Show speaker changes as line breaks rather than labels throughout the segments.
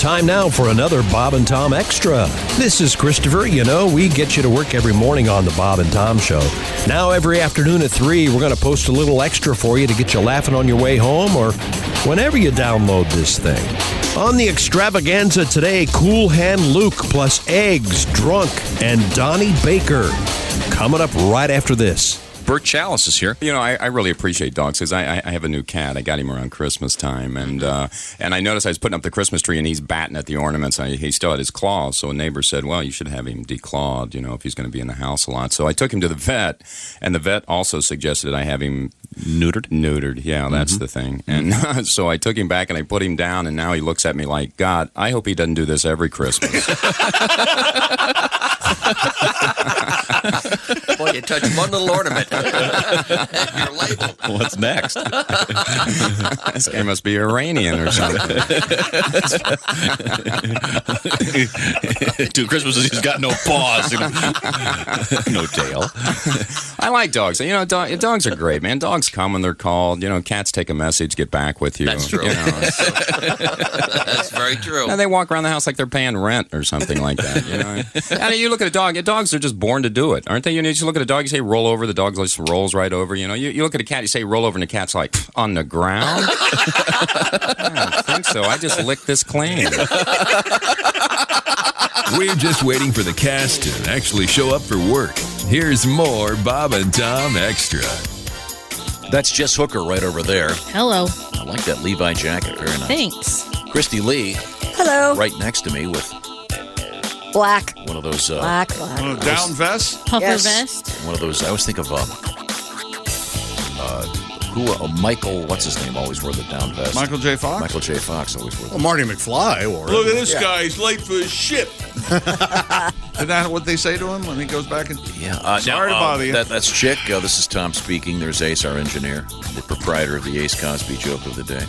Time now for another Bob and Tom Extra. This is Christopher. You know, we get you to work every morning on the Bob and Tom Show. Now, every afternoon at 3, we're going to post a little extra for you to get you laughing on your way home or whenever you download this thing. On the extravaganza today, Cool Hand Luke plus Eggs, Drunk, and Donnie Baker. Coming up right after this.
Bert Chalice is here. You know, I, I really appreciate dogs because I, I, I have a new cat. I got him around Christmas time, and uh, and I noticed I was putting up the Christmas tree, and he's batting at the ornaments. I, he still had his claws, so a neighbor said, "Well, you should have him declawed, you know, if he's going to be in the house a lot." So I took him to the vet, and the vet also suggested I have him
Neutered?
Neutered, yeah, that's the thing. And so I took him back and I put him down, and now he looks at me like, "God, I hope he doesn't do this every Christmas."
Boy, you touch one little ornament. You're labeled.
What's next?
this guy must be Iranian or something.
Two Christmases, he's got no paws, no tail.
I like dogs. You know, dog, dogs are great, man. Dogs come when they're called. You know, cats take a message, get back with you.
That's true.
You know, it's-
That's very true.
and they walk around the house like they're paying rent or something like that. You know, I mean, you look at a dog. Dogs are just born to do it, aren't they? You, know, you just look at a dog. You say roll over. The dog just rolls right over. You know, you, you look at a cat. You say roll over, and the cat's like on the ground. I don't think so. I just licked this clean.
We're just waiting for the cast to actually show up for work. Here's more Bob and Tom Extra.
That's Jess Hooker right over there.
Hello.
I like that Levi jacket. Very nice.
Thanks.
Christy Lee
Hello.
right next to me with
Black.
one of those. Uh,
Black. Black.
Down vest?
Puffer
Yes.
vest.
one of those. I always think of um, uh, who? Uh, Michael. What's his name? Always wore the down vest.
Michael Oh, J. Fox?
Michael J. Fox always wore.
Well,
The,
Marty McFly or.
Look at this guy. He's late for his ship.
Isn't that what they say to him when he goes back and.
yeah. Uh,
Sorry to
uh,
bother you.
That, that's Chick. Uh, this is Tom speaking. There's Ace, our engineer, the proprietor of the Ace Cosby joke of the day.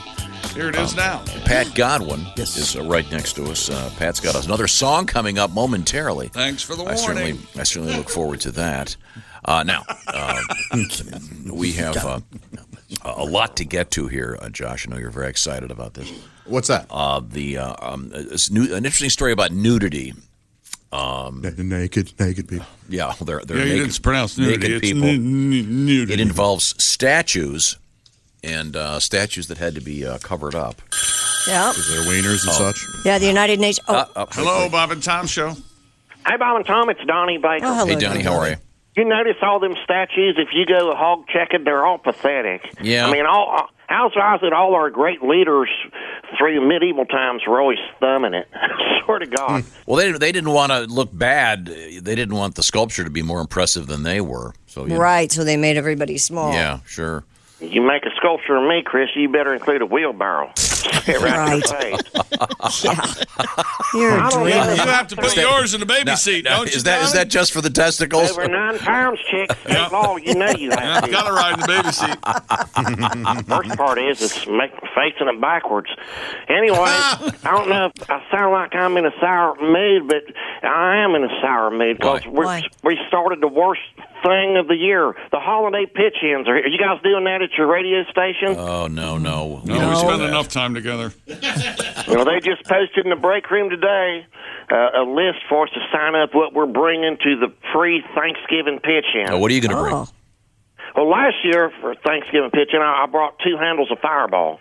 Here it is now.
Pat Godwin is uh, right next to us. Uh, Pat's got another song coming up momentarily.
Thanks for the
I certainly,
warning.
I certainly look forward to that. Uh, now, uh, we have uh, a lot to get to here, uh, Josh. I know you're very excited about this.
What's that?
Uh, the uh, um, it's new, an interesting story about nudity. Um,
naked, naked people.
Yeah, they're they're
Yeah, you
naked,
didn't pronounce nudity.
naked
It's
people.
nu- nu- nudity.
it involves statues and uh, statues that had to be uh, covered up.
Yeah.
Their wieners and
Oh.
such.
Yeah. The United Nations.
Uh,
Oh.
Hello, Bob and Tom Show.
Hey, Bob and Tom, it's Donnie Baker.
oh, hello,
hey, Donnie, how are you?
You notice all them statues? If you go hog checking, they're all pathetic.
Yeah.
I mean, all uh, how's wise that all our great leaders through medieval times were always thumbing it. Swear to God.
Well, they they didn't want to look bad. They didn't want the sculpture to be more impressive than they were. So you-
Right. So they made everybody small.
yeah, sure.
you make a sculpture of me, Chris, you better include a wheelbarrow. Get right. in the face.
You're
I
a
don't
dream.
know.
You have to put yours in the baby seat,
Now,
don't you?
is that is that just for the testicles?
Over nine pounds, chicks. That's all you know you have to.
Got to ride in the baby seat.
Mm-hmm.
Worst part is it's make, facing it backwards. Anyway, I don't know if I sound like I'm in a sour mood, but I am in a sour mood because
Why?
we we started the worst thing of the year. The holiday pitch-ins are here. Are you guys doing that at your radio station?
Oh no, no,
No, we spent enough time together.
Uh-huh.
Well, they just posted in the break room today uh, a list for us to sign up what we're bringing to the pre-Thanksgiving pitch-in.
Now, what are you going to bring?
Oh.
Well, last year for Thanksgiving pitching, I, I brought two handles of Fireball.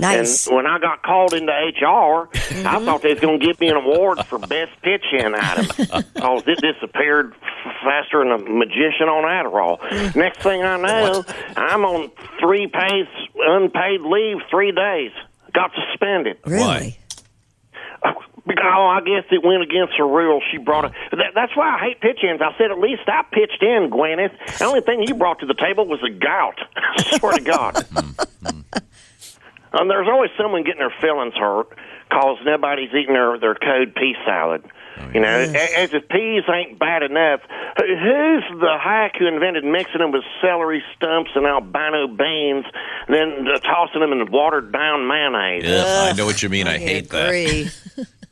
Nice.
And when I got called into HR, I thought they was going to give me an award for best pitch in item because it disappeared f- faster than a magician on Adderall. Next thing I know, I'm on three pays unpaid leave, three days. Got suspended.
really?
Because oh, I guess it went against the rules. She brought it. That, that's why I hate pitch-ins. I said at least I pitched in, Gwyneth. The only thing you brought to the table was a gout. Swear to God. um, there's always someone getting their feelings hurt because nobody's eating their their code pea salad. You know, a- as if peas ain't bad enough, who- who's the hack who invented mixing them with celery stumps and albino beans, then uh, tossing them in watered down mayonnaise?
Yeah, I know what you mean. I,
I
hate that.
agree.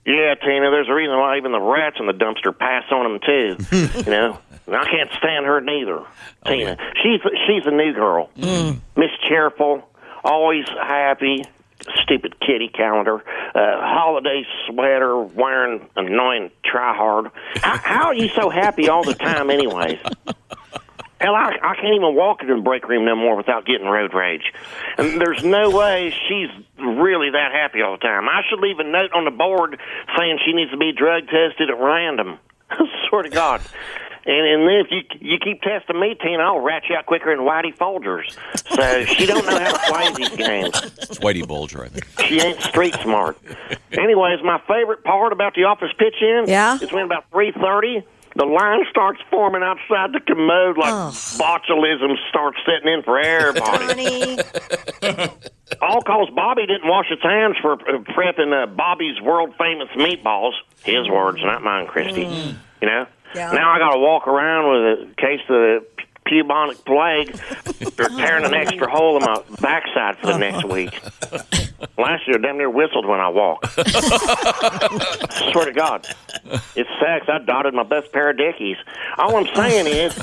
Yeah, Tina, there's a reason why even the rats in the dumpster pass on them too. you know, and I can't stand her neither. Tina, she's she's a new girl, Miss Cheerful, always happy, stupid kitty calendar, uh, holiday sweater wearing annoying tryhard. How, how are you so happy all the time, anyways? Hell, I, I can't even walk into the break room no more without getting road rage. And there's no way she's really that happy all the time. I should leave a note on the board saying she needs to be drug tested at random. Swear to God. And and then if you you keep testing me, Tina, I'll rat you out quicker than Whitey Folgers. So she don't know how to play these games.
It's Whitey Bulger, I think.
She ain't street smart. Anyways, my favorite part about the office pitch in
Yeah?
is when about three thirty the line starts forming outside the commode like botulism starts setting in for everybody.
Ah,
All cause Bobby didn't wash his hands for uh, prepping uh, Bobby's world famous meatballs. His words, not mine, Christy. You know.
Yeah.
Now I got to walk around with a case of the p- bubonic plague. They're tearing an extra hole in my backside for the next week. Last year, damn near whistled when I walked. Swear to God, it sucks. I dotted my best pair of dickies. All I'm saying is,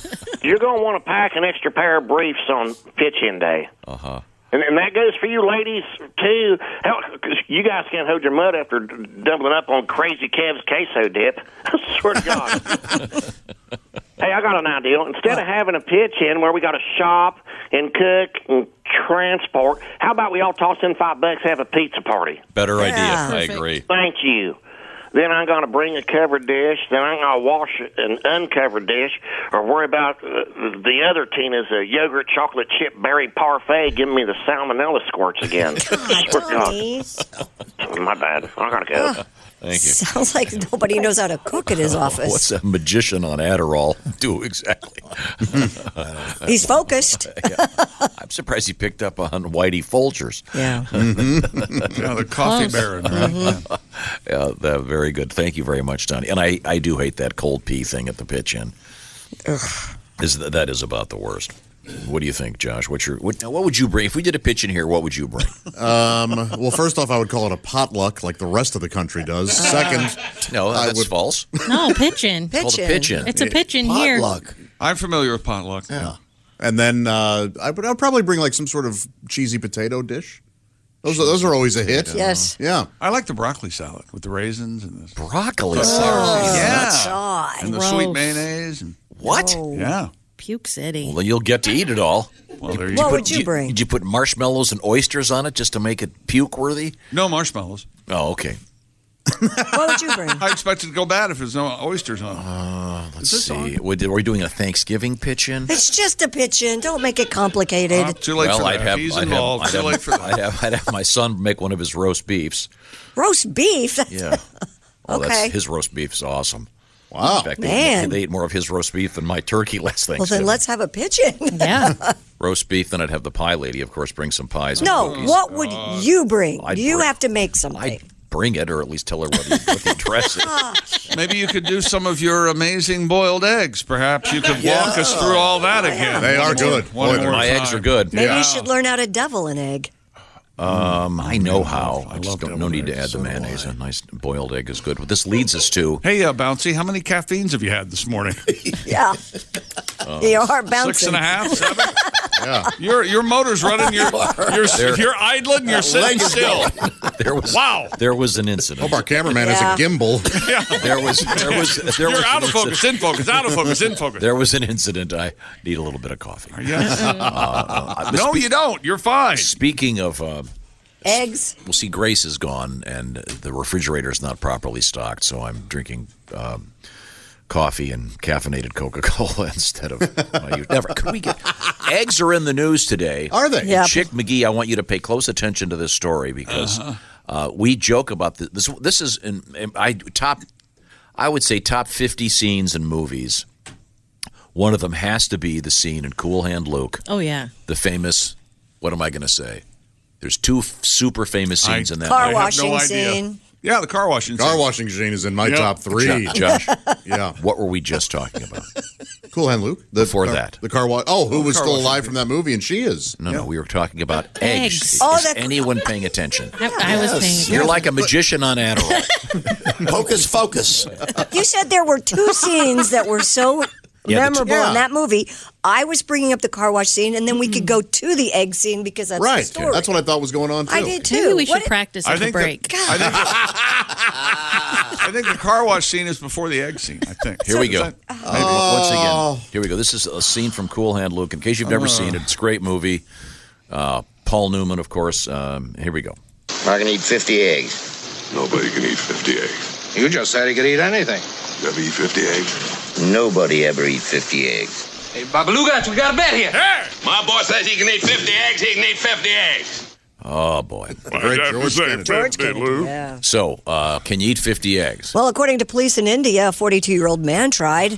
you're gonna want to pack an extra pair of briefs on pitch-in day.
Uh huh.
And, and that goes for you ladies too. Hell, 'cause you guys can't hold your mud after d- doubling up on crazy Kev's queso dip. Swear to God. hey, I got an idea. Instead of having a pitch in where we got to shop and cook and transport, how about we all toss in five bucks have a pizza party?
Better
Yeah.
idea. I agree.
Thank you. Then I'm going to bring a covered dish. Then I'm going to wash an uncovered dish or worry about uh, the other Tina's uh, yogurt chocolate chip berry parfait giving me the salmonella squirts again. Swear to
Tony.
God. My bad. I got to go.
Thank you. Oh,
Sounds like nobody knows how to cook at his office.
What's a magician on Adderall do exactly?
He's focused.
I'm surprised he picked up on Whitey Folgers.
Yeah.
yeah,
the coffee Close. baron, right?
Yeah, that- very good. Thank you very much, Donnie. And I, I do hate that cold pee thing at the pitch in. Is that, that is about the worst. What do you think, Josh? What's your what, now, what would you bring if we did a pitch in here? What would you bring?
Um, well, first off, I would call it a potluck, like the rest of the country does. Second,
no,
I
that's
would,
false.
No, pigeon.
It's called a pigeon.
It's a
It-
pigeon here.
Potluck. I'm familiar with potluck. Yeah. And then uh, I would I'll probably bring like some sort of cheesy potato dish. Those are, those are always a hit.
Yes.
Yeah.
I like the broccoli salad with the raisins and the
Oh.
broccoli
Oh,
salad.
God.
yeah, and the sweet
Gross.
mayonnaise. And,
What?
Yeah.
Puke City.
Well, you'll get to eat it all. Well,
there
you What go. would you bring?
Did you put marshmallows and oysters on it just to make it puke worthy? No marshmallows. Oh, okay.
what would you bring?
I expect it to go bad if there's no oysters on. it.
Let's see. Would- Are we doing a Thanksgiving pitch in?
It's just a pigeon. Don't make it complicated.
well, I'd have,
He's
I'd have-
involved.
I'd
Too
have-
late for that.
I'd have, I'd have my son make one of his roast beefs.
Roast beef.
Yeah. Oh,
Okay.
that's, his roast beef is awesome.
Wow.
In fact, they,
Man.
they ate more of his roast beef than my turkey last
Well, then
Thanksgiving.
let's have a pigeon. Yeah.
roast beef, then I'd have the pie lady, of course, bring some pies. and
no,
cookies.
what would you bring?
I'd
you
bring-
have to make something.
Bring it, or at least tell her what, the- what the dress is.
Maybe you could do some of your amazing boiled eggs. Perhaps you could walk us through all that again.
They are good.
One
Boy,
more
my
time.
eggs are good.
Maybe you should learn how to devil an egg.
Um, I know how. I, just don't. No need to add the mayonnaise. A nice boiled egg is good. But this leads us to.
Hey, uh, Bouncy, how many caffeines have you had this morning?
Yeah. They are bouncing.
Uh, Six and a half, seven. yeah. Your your motor's
Oh,
running. You're you're,
There-
you're idling. You're
That
sitting
leg is
still.
There was
wow.
There was an incident.
Hope our cameraman has
Yeah.
a gimbal.
There was there was there
You're
was
out
an
of focus,
incident-
in focus, out of focus, in focus.
There was an incident. I need a little bit of coffee.
Yes.
Uh,
No, you don't. You're fine.
Speaking of, uh,
Eggs.
well, see, Grace is gone, and the refrigerator is not properly stocked, so I'm drinking. Um, Coffee and caffeinated Coca Cola instead of my usual. Never. Could we get eggs are in the news today?
Are they?
Yeah.
Yep.
Chick McGee, I want you to pay close attention to this story because
Uh-huh.
uh we joke about this. This, this is in, in- I top. I would say top fifty scenes in movies. One of them has to be the scene in Cool Hand Luke
Oh yeah.
the famous what am I going to say? There's two f- super famous scenes in that.
Car I have no washing idea. scene.
Yeah, the car washing.
Car washing scene is in my
Yep.
top three.
Jo- Josh.
yeah.
What were we just talking about?
Cool Hand Luke. The
Before
car-
that.
the car wash. Oh, who
Oh,
was
car
still
washing
alive from that movie? And she is.
No, no, we were talking about eggs.
Eggs.
Oh,
Is
that's-
anyone paying attention?
I, I was thinking.
You're like a magician on Adderall.
You said there were two scenes that were so Yeah,
Yeah, the t-
memorable
Yeah.
in that movie. I was bringing up the car wash scene, and then we could
Mm-hmm.
go to the egg scene because that's
right.
the story.
That's what I thought was going on too.
I did too.
Maybe we should
What-
practice
I
at the
think that-
break.
I think the car wash scene is before the egg scene. I think.
Here we
Is
go.
that- maybe.
Once
Oh.
again, here we go. This is a scene from Cool Hand Luke. In case you've never
Oh.
seen it, it's a great movie. Uh, Paul Newman, of course. Um, here we go.
I can eat 50 eggs. Nobody can eat 50 eggs. You just said he could eat anything. You ever eat 50 eggs? Nobody ever eats 50 eggs.
Hey, Babalugats, we got a bet here.
My boss says he can eat 50 eggs. He can eat 50 eggs.
Oh boy,
Great have to George say Kennedy. George Kennedy, Lou.
yeah.
So, uh, can you eat fifty eggs?
Well, according to police in India, a 42 year old man tried.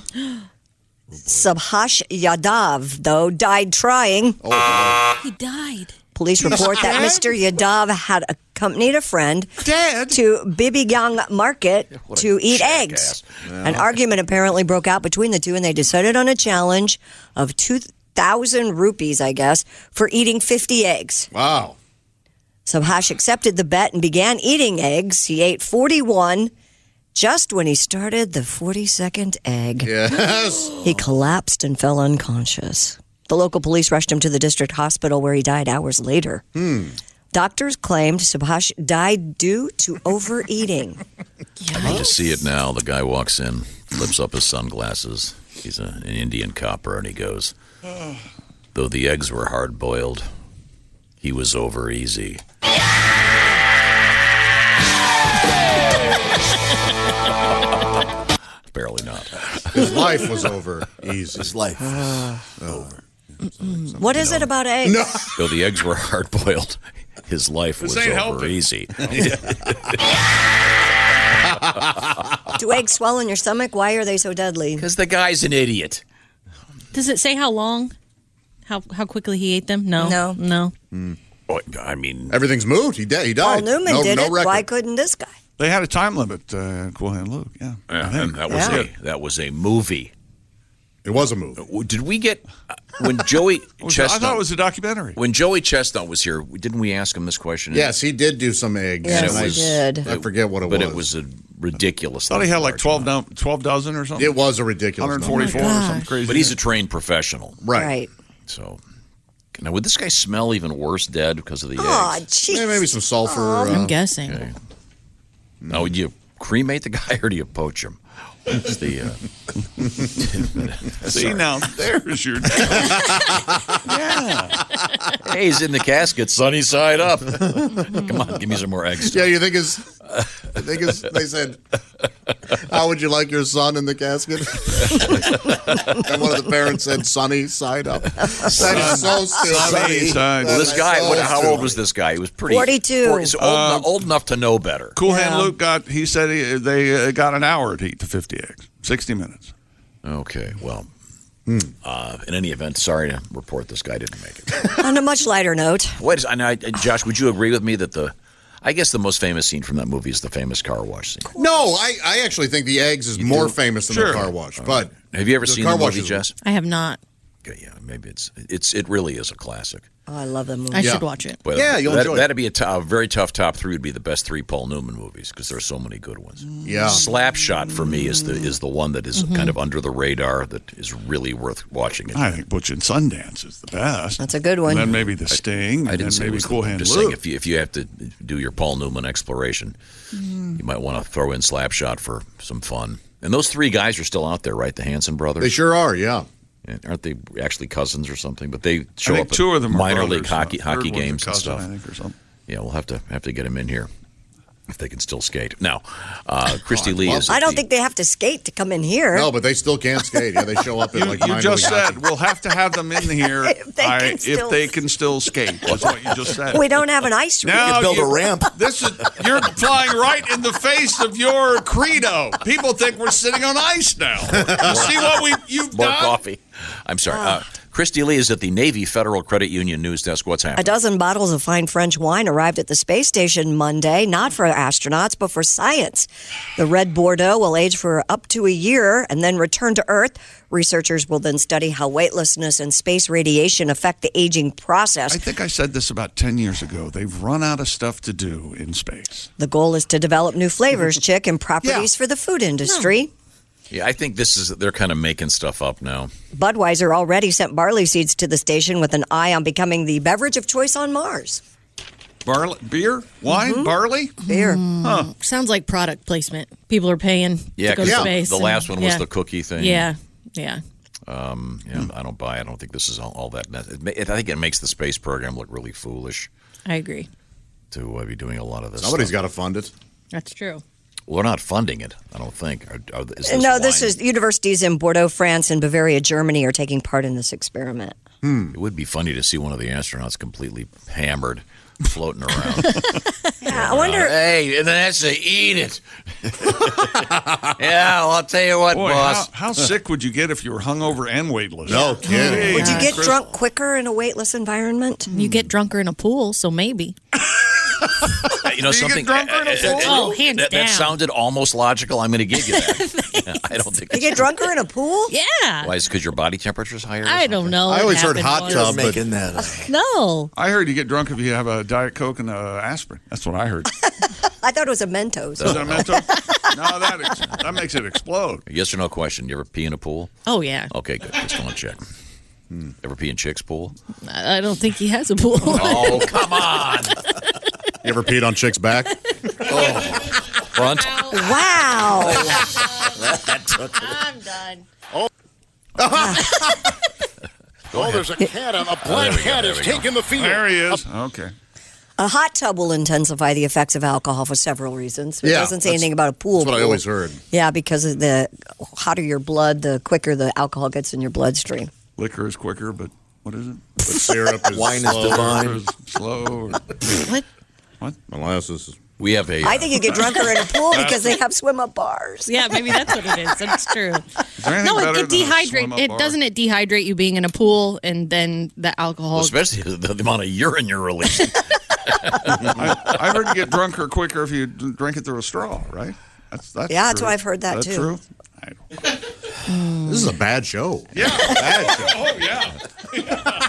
Subhash Yadav, though, died trying.
He died.
Police report that
He's
Mr. Yadav had accompanied a friend to Bibigang Market
what a
to eat eggs.
Yeah.
An argument apparently broke out between the two, and they decided on a challenge of 2,000 rupees, I guess, for eating 50 eggs.
Wow.
Subhash accepted the bet and began eating eggs. He ate 41 just when he started the 42nd egg.
Yes.
He collapsed and fell unconscious. The local police rushed him to the district hospital where he died hours later.
Hmm.
Doctors claimed Subhash died due to overeating.
I need to see it now. The guy walks in, lifts up his sunglasses. He's a, an Indian copper, and he goes, "Though the eggs were hard boiled, he was over easy." Barely not.
His life was over. Easy.
His life
was over.
what is it about eggs?
Though the eggs were hard boiled, his life
This
was over
ain't helping.
easy.
Do eggs swell in your stomach? Why are they so deadly?
Because the guy's an idiot.
Does it say how long? How how quickly he ate them? No. No. No.
Boy, Oh, I mean,
everything's moved. He died. He
Paul
died.
Newman
no,
did
no
it.
Record.
Why couldn't this guy?
They had a time limit. Uh, in Cool Hand Luke. Yeah.
Yeah, and that was
Yeah.
a that was a movie.
It was a movie.
Did we get when Joey
Was it- I
Chestnut?
thought it was a documentary.
when Joey Chestnut was here. Didn't we ask him this question?
Yes, he did do some eggs.
And
and I forget what it
but
was.
it was a ridiculous.
thought he had like 12, no, 12 dozen or something.
It was a ridiculous. number.
Oh
144 or something crazy.
But he's a trained professional,
Right.
Right.
So now would this guy smell even worse dead because of the
Aw,
eggs?
jeez.
maybe some sulfur. uh,
Um,
I'm guessing.
Now would you cremate the guy or do you poach him? It's the uh,
See,
Sorry.
now there's your. yeah.
Hey, he's in the casket, sunny side up. Come on, give me some more eggs.
Yeah, you think his, I think his, they said, "How would you like your son in the casket?" and one of the parents said, "Sunny side up." That is so stupid.
Well, this
That Um, is
guy,
so
what, how
stupid.
old was this guy? He was pretty
42.
He's old,
Uh,
old enough to know better.
Cool Hand Luke got, he said he, they uh, got an hour to eat the 50 eggs, 60 minutes.
Okay, well,
Hmm.
uh, in any event, sorry to report this guy didn't make it.
On a much lighter note,
Wait, and I, Josh, would you agree with me that the, I guess the most famous scene from that movie is the famous car wash scene.
No, I, I actually think the eggs is more famous than
Sure.
the car wash. But
Have you ever
The
seen
car
the
wash
movie,
is-
Jess?
I have not.
Maybe it's it's it really is a classic.
Oh, I love that movie.
I should watch it.
But
Yeah, you'll
that,
enjoy it.
That'd be a to- a very tough top three. Would be the best three Paul Newman movies because there's so many good ones.
Yeah.
Slapshot for me is the is the one that is
Mhm.
kind of under the radar that is really worth watching. It.
I think Butch and Sundance is the best.
That's a good
And
one.
then maybe The Sting.
I didn't
and then
say it
maybe
was
Cool
the, I'm
Hand
just saying
Luke.
if you if you have to do your Paul Newman exploration,
Mm-hmm.
you might want to throw in Slapshot for some fun. And those three guys are still out there, right? The Hanson brothers.
They sure are. Yeah.
And aren't they actually cousins or something? But they show
think
up at
two of them are
minor
brothers,
league hockey
uh,
hockey
third one's a
games
cousin,
and stuff.
I think, or something.
Yeah, we'll have to have to get them in here if they can still skate. Now, uh, Christy Lee is.
I
at
don't
the-
think they have to skate to come in here.
No, but they still can't skate. Yeah, they show up in
You,
like
you
minor
just
league hockey.
said we'll have to have them in here if
they
I-
can
if
still-
they can still skate. That's what you just said.
We don't have an ice rink.
you- This is you're flying right in the face of your credo. People think we're sitting on ice now. See what we you've
More
done.
coffee. I'm sorry. Uh,
Ah.
Christy Lee is at the Navy Federal Credit Union news desk. What's
A
happening?
dozen bottles of fine French wine arrived at the space station Monday, not for astronauts, but for science. The red Bordeaux will age for up to a year and then return to Earth. Researchers will then study how weightlessness and space radiation affect the aging process.
I think I said this about ten years ago. They've run out of stuff to do in space.
The goal is to develop new flavors, chick, and properties for the food industry.
Yeah, I think this is they're kind of making stuff up now.
Budweiser already sent barley seeds to the station with an eye on becoming the beverage of choice on Mars.
Barley, beer, wine, barley,
beer.
Huh.
Sounds like product placement. People are paying
Yeah,
to go
'cause
to
the-
space.
the
and-
last one was
yeah.
the cookie thing.
Yeah, Hmm. yeah.
Um, yeah, I don't buy. it. I don't think this is all, all that. It, ma- it, I think it makes the space program look really foolish
I agree.
to uh, be doing a lot of this.
Somebody's
got to fund it.
That's true.
We're not funding it. I don't think. Are, are, is this
no, this
wine?
is universities in Bordeaux, France, and Bavaria, Germany are taking part in this experiment.
It would be funny to see one of the astronauts completely hammered, floating around.
Yeah, I wonder.
hey, and then that's to eat it. yeah, well, I'll tell you what,
Boy,
boss.
How, how sick would you get if you were hungover and weightless?
No
kidding.
Would you get drunk quicker in a weightless environment?
You
Hmm.
get drunker in a pool, so maybe.
Uh, you know
Do you get
something. uh,
drunk or no pool? Oh, hands
that, that
down.
sounded almost logical. I'm going to give you that. Yeah, I don't think.
You get drunker in a pool?
Yeah.
Why is because your body temperature is higher?
I don't know. It happened once.
that.
No.
I heard you get drunk if you have a diet coke and uh, aspirin. That's what I heard.
I thought it was a Mentos.
Is that a Mentos? no, that ex- that makes it explode.
Yes or no question. You ever pee in a pool?
Oh yeah.
Okay, good. Just want to check. Ever pee in chicks' pool?
I I don't think he has a pool.
Oh, come on.
You ever peed on chick's back?
Front?
Wow.
I'm done.
Oh, there's a cat on a black cat is taking the field.
There he is. Okay.
A hot tub will intensify the effects of alcohol for several reasons. It
Yeah,
doesn't say
that's-
anything about a pool.
That's what I
pool.
always heard.
Yeah, because of the hotter your blood, the quicker the alcohol gets in your bloodstream.
Liquor is quicker, but what is it?
But syrup is
Wine
is
slow,
divine.
or Slow. Or...
what?
What?
Molasses.
We have a.
I think you get drunker in a pool because they have swim up bars.
Yeah, maybe that's what it is. That's true.
Is there anything
no, it,
better than a
it
swim
dehydrates.
up
It
bar?
doesn't. It dehydrate you being in a pool, and then the alcohol.
Especially the, the amount of urine you're releasing.
I, I heard you get drunker quicker if you d- drink it through a straw, right? That's, that's
Yeah, that's
true.
why I've heard that,
That's
too.
true?
This is a bad show.
Yeah.
bad show.
Oh, yeah.